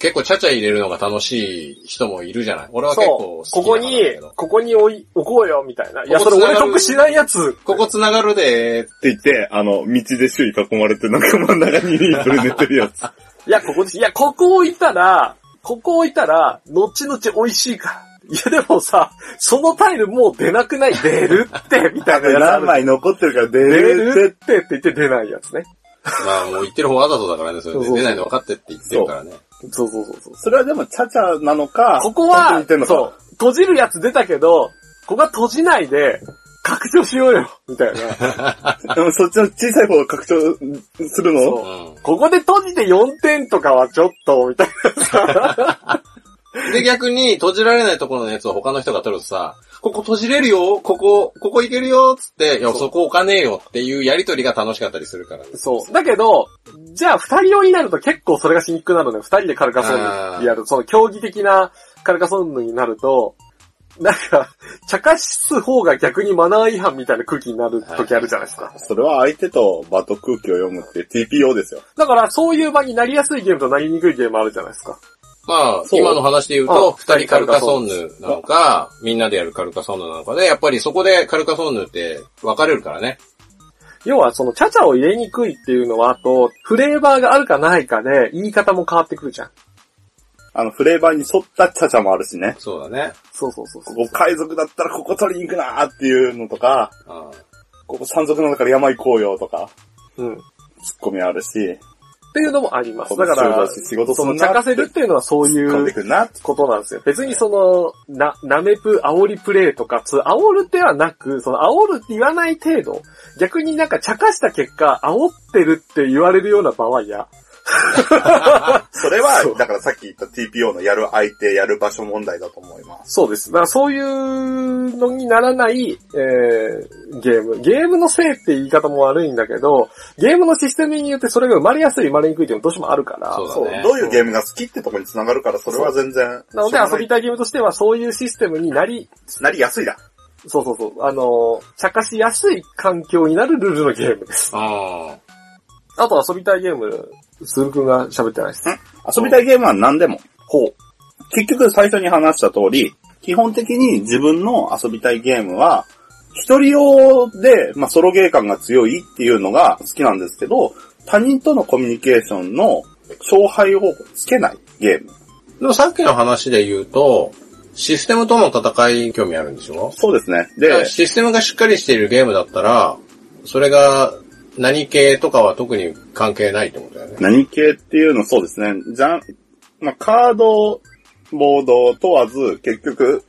C: 結構ちゃちゃ入れるのが楽しい人もいるじゃない俺は結構
B: そう。ここ
C: 好きな方なん
B: に
C: だけど、
B: ここに置い置こうよ、みたいな。いや、
C: こ
B: そ
C: こ
B: れ俺
C: つながる
B: 得しないやつ。
C: ここ繋がるで、
E: って言って、あの、道で周囲囲まれて、なんか真ん中にそれ寝てるや
D: [LAUGHS]
E: つ。
B: いや、ここです。いや、ここ置いたら、ここ置いたら、後々美味しいから。いや、でもさ、そのタイルもう出なくない出る
C: [LAUGHS]
B: って、みたいなやつあ
D: 何
B: る。
D: 枚残ってるから出
B: 出
D: るっ
B: るってって言って出ないやつね。
C: まあもう言ってる方わざとだからね、それ
B: そう
C: で
B: そうそう
C: 出ないの分かってって言ってるからね。
B: そうそうそうそう。
D: て。それはでもチャチャなのか、
B: ここ
D: ちゃんと
B: は
D: 似てん、のか
B: そう、閉じるやつ出たけど、ここは閉じないで、拡張しようよ、みたいな。
D: でもそっちの小さい方を拡張するの
B: そう。
C: う
B: ここで閉じて4点とかはちょっと、みたい
C: ん。で、逆に閉じられないところのやつを他の人が取るとさ、ここ閉じれるよここ、ここいけるよつって、いや、そこ置かねえよっていうやりとりが楽しかったりするからね
B: な。。そう。だけど、じゃあ二人用になると結構それがしにくくなるのよ。二人でカルカソンヌやる。その競技的なカルカソンヌになると、なんか、茶化す方が逆にマナー違反みたいな空気になる時あるじゃないですか。
D: それは相手と場と空気を読むっていう TPO ですよ。
B: だからそういう場になりやすいゲームとなりにくいゲームあるじゃないですか。
C: まあ、
D: そう
C: 今の話で言う
B: あ
C: と、二人カルカソンヌなのか、みんなでやるカルカソンヌなのかで、やっぱりそこでカルカソンヌって分かれるからね。
B: 要はそのチャチャを入れにくいっていうのは、あと、フレーバーがあるかないかで、言い方も変わってくるじゃん。
D: あの、フレーバーに沿ったチャチャもあるしね。
C: そうだね。
B: そうそうそう
D: ここ海賊だったらここ取りに行くなーっていうのとか、
C: うん
D: ここ山賊なんだから山行こうよとか、
B: う。うん。っ
D: ツッコミあるし、
B: ていうのもあります。
D: こ
B: だ
D: の
B: か
D: 人
B: ら、
D: だ
B: そ
D: し仕事す
B: の
D: る
B: 茶
D: な
B: 化
D: って、
B: せるっていうのはそうい
D: 突っ込んで
B: う
D: くるなって。
B: ことなんですよ。別にその、な、なめぷ、煽りプレイとか、つ、煽るではなく、その煽るって言わない程度、逆になんか茶化した結果、煽ってるって言われるような場合や。
D: それ
B: そう
D: は、だからさっき言った TPO のやる相手、やる場所問題だと思います。
B: そうです。だからそういうのにならない、えー、ゲーム。ゲームのせいって言い方も悪いんだけど、ゲームのシステムによってそれが生まれやすい、生まれにくいっていうのどうしてもあるから。
C: そうだ
D: そう、
C: ね
D: どういうゲームが好きってとこに繋がるから、それは全然。
B: なので遊び
D: た
B: たいゲームとしてはそういうシステムになり、
D: なりやすいだ。
B: そうそうそう、あのー、茶化しやすい環境になるルールのゲームです。
C: あ
B: あと遊びたいゲーム、するくんが喋ってないです。
D: 遊びたいゲームは何でも。
B: ほう。
D: 結局最初に話した通り、基本的に自分の遊びたいゲームは、一人用で、まあ、ソロゲー感が強いっていうのが好きなんですけど、他人とのコミュニケーションの勝敗をつけないゲーム。
C: ーでもさっきの話で言うと、システムとの戦い興味あるんでしょ
D: そうですね。
C: だから
D: で、
C: システムがしっかりしているゲームだったら、それが何系とかは特に関係ないってことだよね。
D: 何系っていうのそうですね。じゃん、まあ、カード、ボード問わず、結局、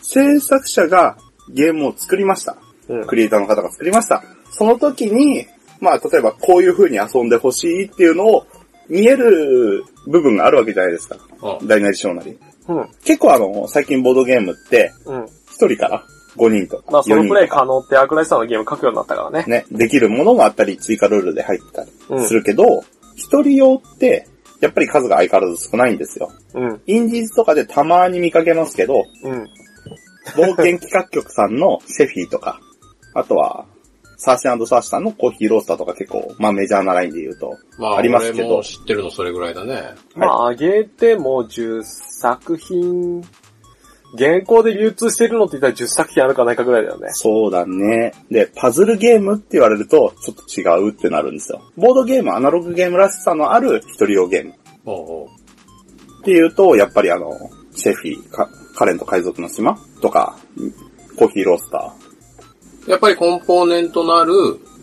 D: 制作者がゲームを作りました。
B: うん
D: クリエイターの方が作りました。その時に、まあ、例えばこういう風に遊んでほしいっていうのを見える部分があるわけじゃないですか。
C: うん
D: 大なり小なり。
B: うん。
D: 結構あの、最近ボードゲームって、
B: うん。
D: 1人から5人とか、
B: まあ、ソ
D: 4
B: ロ
D: 人
B: プレ
D: と
B: イ可能ってアークライスさんのゲーム書くようになったからね
D: か、。ね、できるものもあったり、追加ルールで入った
B: うん
D: りするけど、一、人用って、やっぱり数が相変わらず少ないんですよ。
B: うん。
D: インディーズとかでたまに見かけますけど、
B: うん。
D: 冒険企画局さんのシェフィーとか、あとは、サーシーサーシさんのコーヒーロースターとか結構、まあメジャーなラインで言うと、
C: まあ、
D: ありますけど
C: 俺も知ってるのそれぐらいだね。
B: まあ、あげても10作品現行で流通してるのって言ったら10作品あるかないかぐらいだよね。
D: そうだね。で、パズルゲームって言われると、ちょっと違うってなるんですよ。ボードゲーム、アナログゲームらしさのある一人用ゲーム。
C: おうおう
D: っていうと、やっぱりあの、シェフィー、かカレント海賊の島とか、コーヒーロースター。
C: やっぱりコンポーネントのある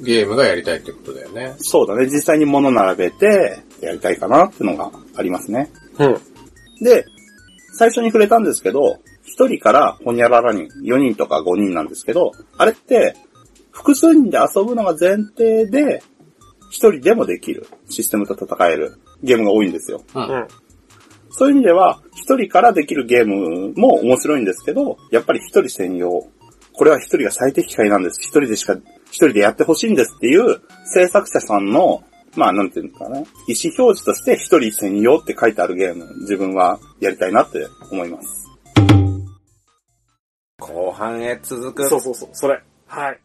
C: ゲームがやりたいってことだよね。
D: そうだね、実際に物並べて、やりたいかなってのがありますね。
B: うん。
D: で、最初に触れたんですけど、1人からほにゃらら人、4人とか5人なんですけど、あれって、複数人で遊ぶのが前提で、1人でもできる、システムと戦えるゲームが多いんですよ。
C: うん。
B: うん。
D: そういう意味では、一人からできるゲームも面白いんですけど、やっぱり一人専用。これは一人が最適解なんです。一人でしか、一人でやってほしいんですっていう制作者さんの、まあなんていうのかな。意思表示として一人専用って書いてあるゲーム、自分はやりたいなって思います。
F: 後半へ続く。
B: そうそうそう、それ。はい。